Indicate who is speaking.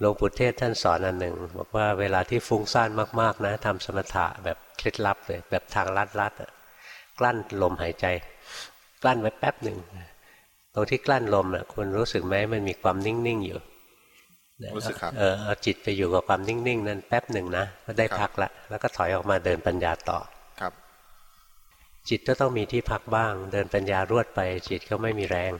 Speaker 1: หลวงปู่เทศท่านสอนอันหนึ่ง บอกว่าเวลาที่ฟุ้งซ่านมากๆนะทำสมถะแบบเคล็ดลับเลยแบบทางลัดๆอะกลั้นลมหายใจ กลั้นไว้แป๊บหนึ่งตรงที่กลั้นลมอ่ะคุณรู้สึกไหมมันมีความนิ่งๆอยู่
Speaker 2: รู้สึกครับ
Speaker 1: เออเอาจิตไปอยู่กับความนิ่งๆ นั้นแป๊บหนึ่งนะก็ได้
Speaker 2: ค
Speaker 1: พั
Speaker 2: รับ
Speaker 1: กละแล้วก็ถอยออกมาเดินปัญญาต่อ
Speaker 2: ครับ
Speaker 1: จิตก็ต้องมีที่พักบ้าง เดินปัญญารวดไป จิตก็ไม่มีแรง